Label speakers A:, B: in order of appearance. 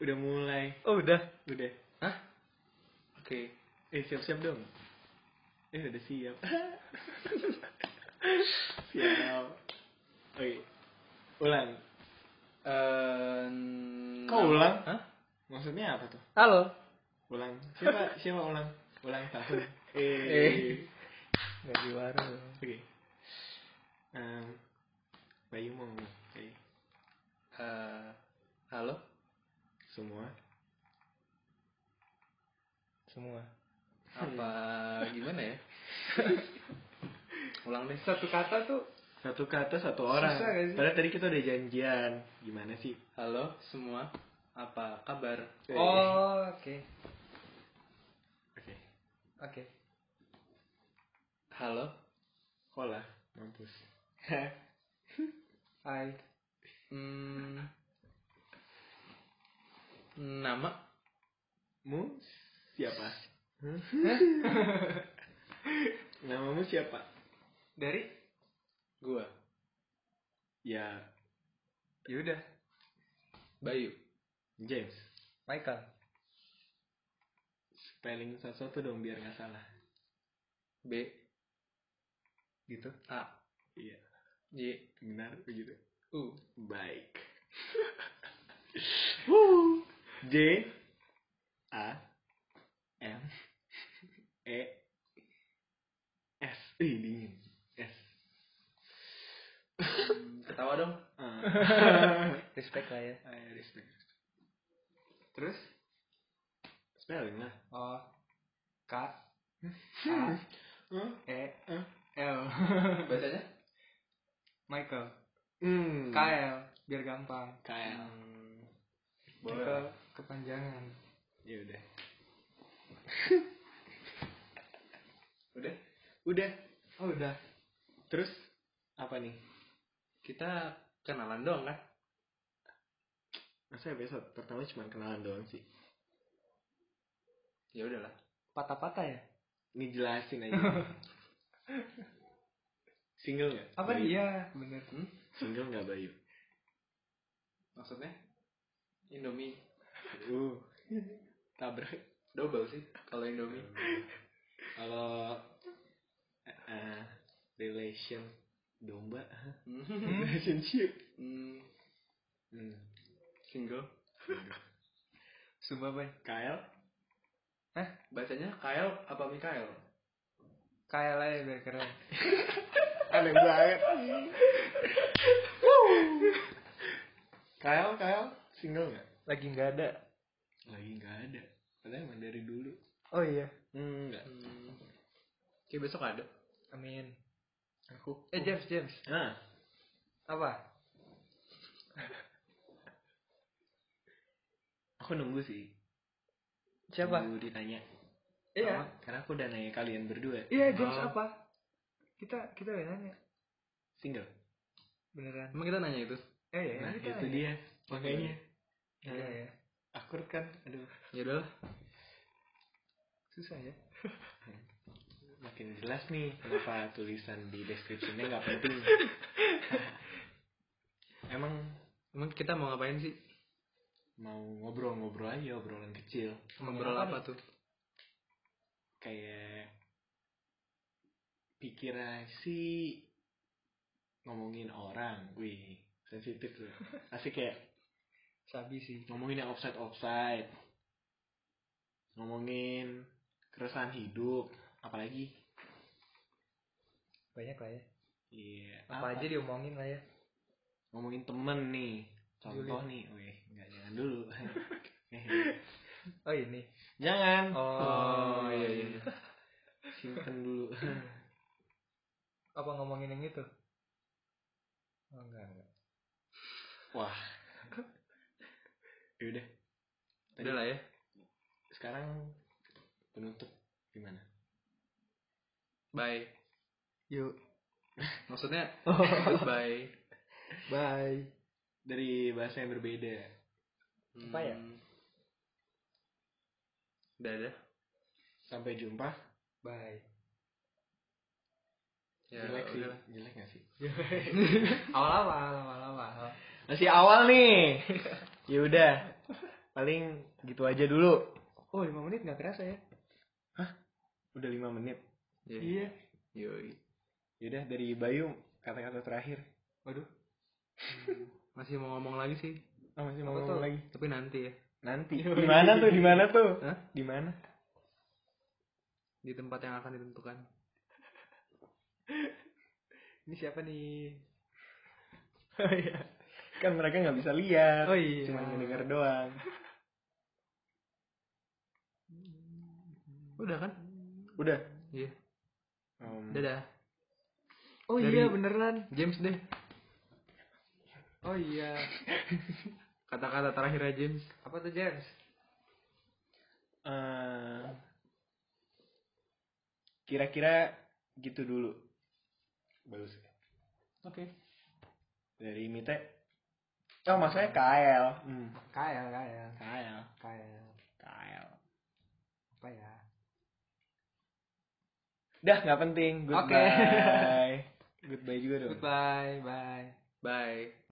A: Udah mulai.
B: Oh udah.
A: Udah.
B: Hah?
A: Oke. Eh siap-siap dong. Eh udah siap. siap. Oke. Ulang. Kok ulang?
B: eh, Hah?
A: Maksudnya apa tuh?
B: Halo.
A: Ulang. Siapa siapa ulang? Ulang tahun. Eh.
B: Eh. Gak di warung.
A: Oke. Em, Bayu mau. Oke.
B: Eh, halo
A: Semua.
B: semua. Apa gimana ya? Ulang deh satu kata tuh.
A: Satu kata satu orang.
B: Susah gak sih?
A: Padahal tadi kita udah janjian. Gimana sih?
B: Halo semua. Apa kabar?
A: Eh.
B: Oh, oke.
A: Oke.
B: Oke. Halo.
A: Kola. Mampus.
B: Hai. Hmm. Nama?
A: Mu siapa? Namamu siapa?
B: Dari? Gua.
A: Ya,
B: Yaudah. Bayu.
A: James.
B: Michael.
A: Spelling satu-satu dong biar nggak salah.
B: B.
A: Gitu?
B: A.
A: Iya.
B: J.
A: Benar begitu.
B: U.
A: Baik. Woo. J A M E S. Ih, dingin. S.
B: Hmm, Ketawa dong.
A: Ah.
B: Respect lah ya.
A: I respect.
B: Terus?
A: Spelling lah.
B: O. K.
A: Huh?
B: E.
A: Huh?
B: L. Bacanya? Michael.
A: Hmm.
B: KL. Biar gampang. Hmm.
A: Kayak.
B: Michael kepanjangan.
A: Ya udah.
B: Udah?
A: Udah.
B: Oh udah.
A: Terus apa nih?
B: Kita kenalan doang kan?
A: Masa episode pertama cuma kenalan doang sih.
B: Ya udahlah. Patah-patah ya?
A: Ini jelasin aja. Single nggak? Bayu?
B: iya? Bener.
A: Single nggak Bayu?
B: Maksudnya? Indomie.
A: Uh, tabrak.
B: Double sih kalau Indomie.
A: Kalau eh, relation domba, hah?
B: Hmm.
A: relationship.
B: Hmm,
A: Hmm.
B: Single. Sumpah, Bay.
A: KL,
B: Hah? Bacanya Kyle apa Mikael? Kyle aja biar keren.
A: aneh banget. KL, KL, single nggak?
B: Lagi nggak ada.
A: Lagi nggak ada. Padahal emang dari dulu.
B: Oh iya.
A: Hmm, nggak.
B: Hmm. Oke, besok ada. Amin.
A: Aku.
B: Eh, James, James.
A: Nah,
B: Apa?
A: aku nunggu sih.
B: Siapa?
A: Nunggu ditanya.
B: Iya.
A: Karena- Karena aku udah nanya kalian berdua.
B: Iya, James
A: Oh.
B: apa? Kita kita udah nanya.
A: Single.
B: Beneran. Emang kita nanya itu? Eh, ya,
A: Nah,
B: kita
A: itu
B: nanya.
A: dia. Makanya.
B: Iya,
A: Nah,
B: ya.
A: akur kan? Aduh,
B: Ya udahlah. Susah ya.
A: makin jelas nih kenapa tulisan di deskripsinya nggak penting. Emang
B: Emang kita mau ngapain sih?
A: mau ngobrol-ngobrol aja obrolan kecil
B: Ngobrol
A: Apa
B: apa tuh?
A: kayak pikiran sih ngomongin orang, wih sensitif tuh. Asik kayak
B: Sabi sih.
A: ngomongin yang offside offside, ngomongin keresahan hidup, apalagi
B: Banyak lah ya.
A: Iya.
B: Apa, aja diomongin lah ya.
A: Ngomongin temen nih. Contoh nih. Wih, enggak jangan dulu. Eh,
B: Oh ini.
A: jangan.
B: Oh, iya, iya, iya.
A: Simpen dulu.
B: Apa ngomongin yang itu? Oh, enggak, enggak.
A: Wah. Yaudah. Tadi-
B: Udah lah ya.
A: Sekarang penutup gimana?
B: Bye.
A: Yuk.
B: Maksudnya bye.
A: Bye. Dari bahasa yang berbeda.
B: Apa ya? Dadah.
A: Sampai jumpa.
B: Bye. Ya,
A: Jelek sih.
B: udahlah.
A: Jelek gak sih?
B: Awal-awal, awal-awal.
A: Masih awal nih. Yaudah. paling gitu aja dulu.
B: Oh, 5 menit nggak kerasa ya?
A: Udah lima menit.
B: Iya. Yoi.
A: Yaudah dari Bayu kata-kata terakhir.
B: Waduh. Hmm. Masih mau ngomong lagi sih.
A: Oh, masih mau
B: Apa tuh?
A: ngomong lagi?
B: Tapi nanti ya.
A: Nanti.
B: Yoi.
A: Di mana tuh? Di mana tuh?
B: Hah?
A: Di mana?
B: Di tempat yang akan ditentukan. Ini siapa nih? Oh iya.
A: Kan mereka nggak bisa lihat.
B: Oh iya.
A: Cuma ngedenger doang.
B: Udah kan?
A: Udah.
B: Iya.
A: Um,
B: Dadah. Oh
A: Dari-
B: iya beneran. James deh. Oh iya. Kata-kata terakhirnya James. Apa tuh James?
A: eh, kira-kira gitu dulu. Bagus.
B: Oke.
A: Dari Mite. Oh, maksudnya KL. Hmm.
B: Kael, kael,
A: KL.
B: kael.
A: KL.
B: Apa ya?
A: Dah, nggak penting. Goodbye.
B: Oke.
A: Goodbye juga dong.
B: Goodbye, Iya. bye. Bye.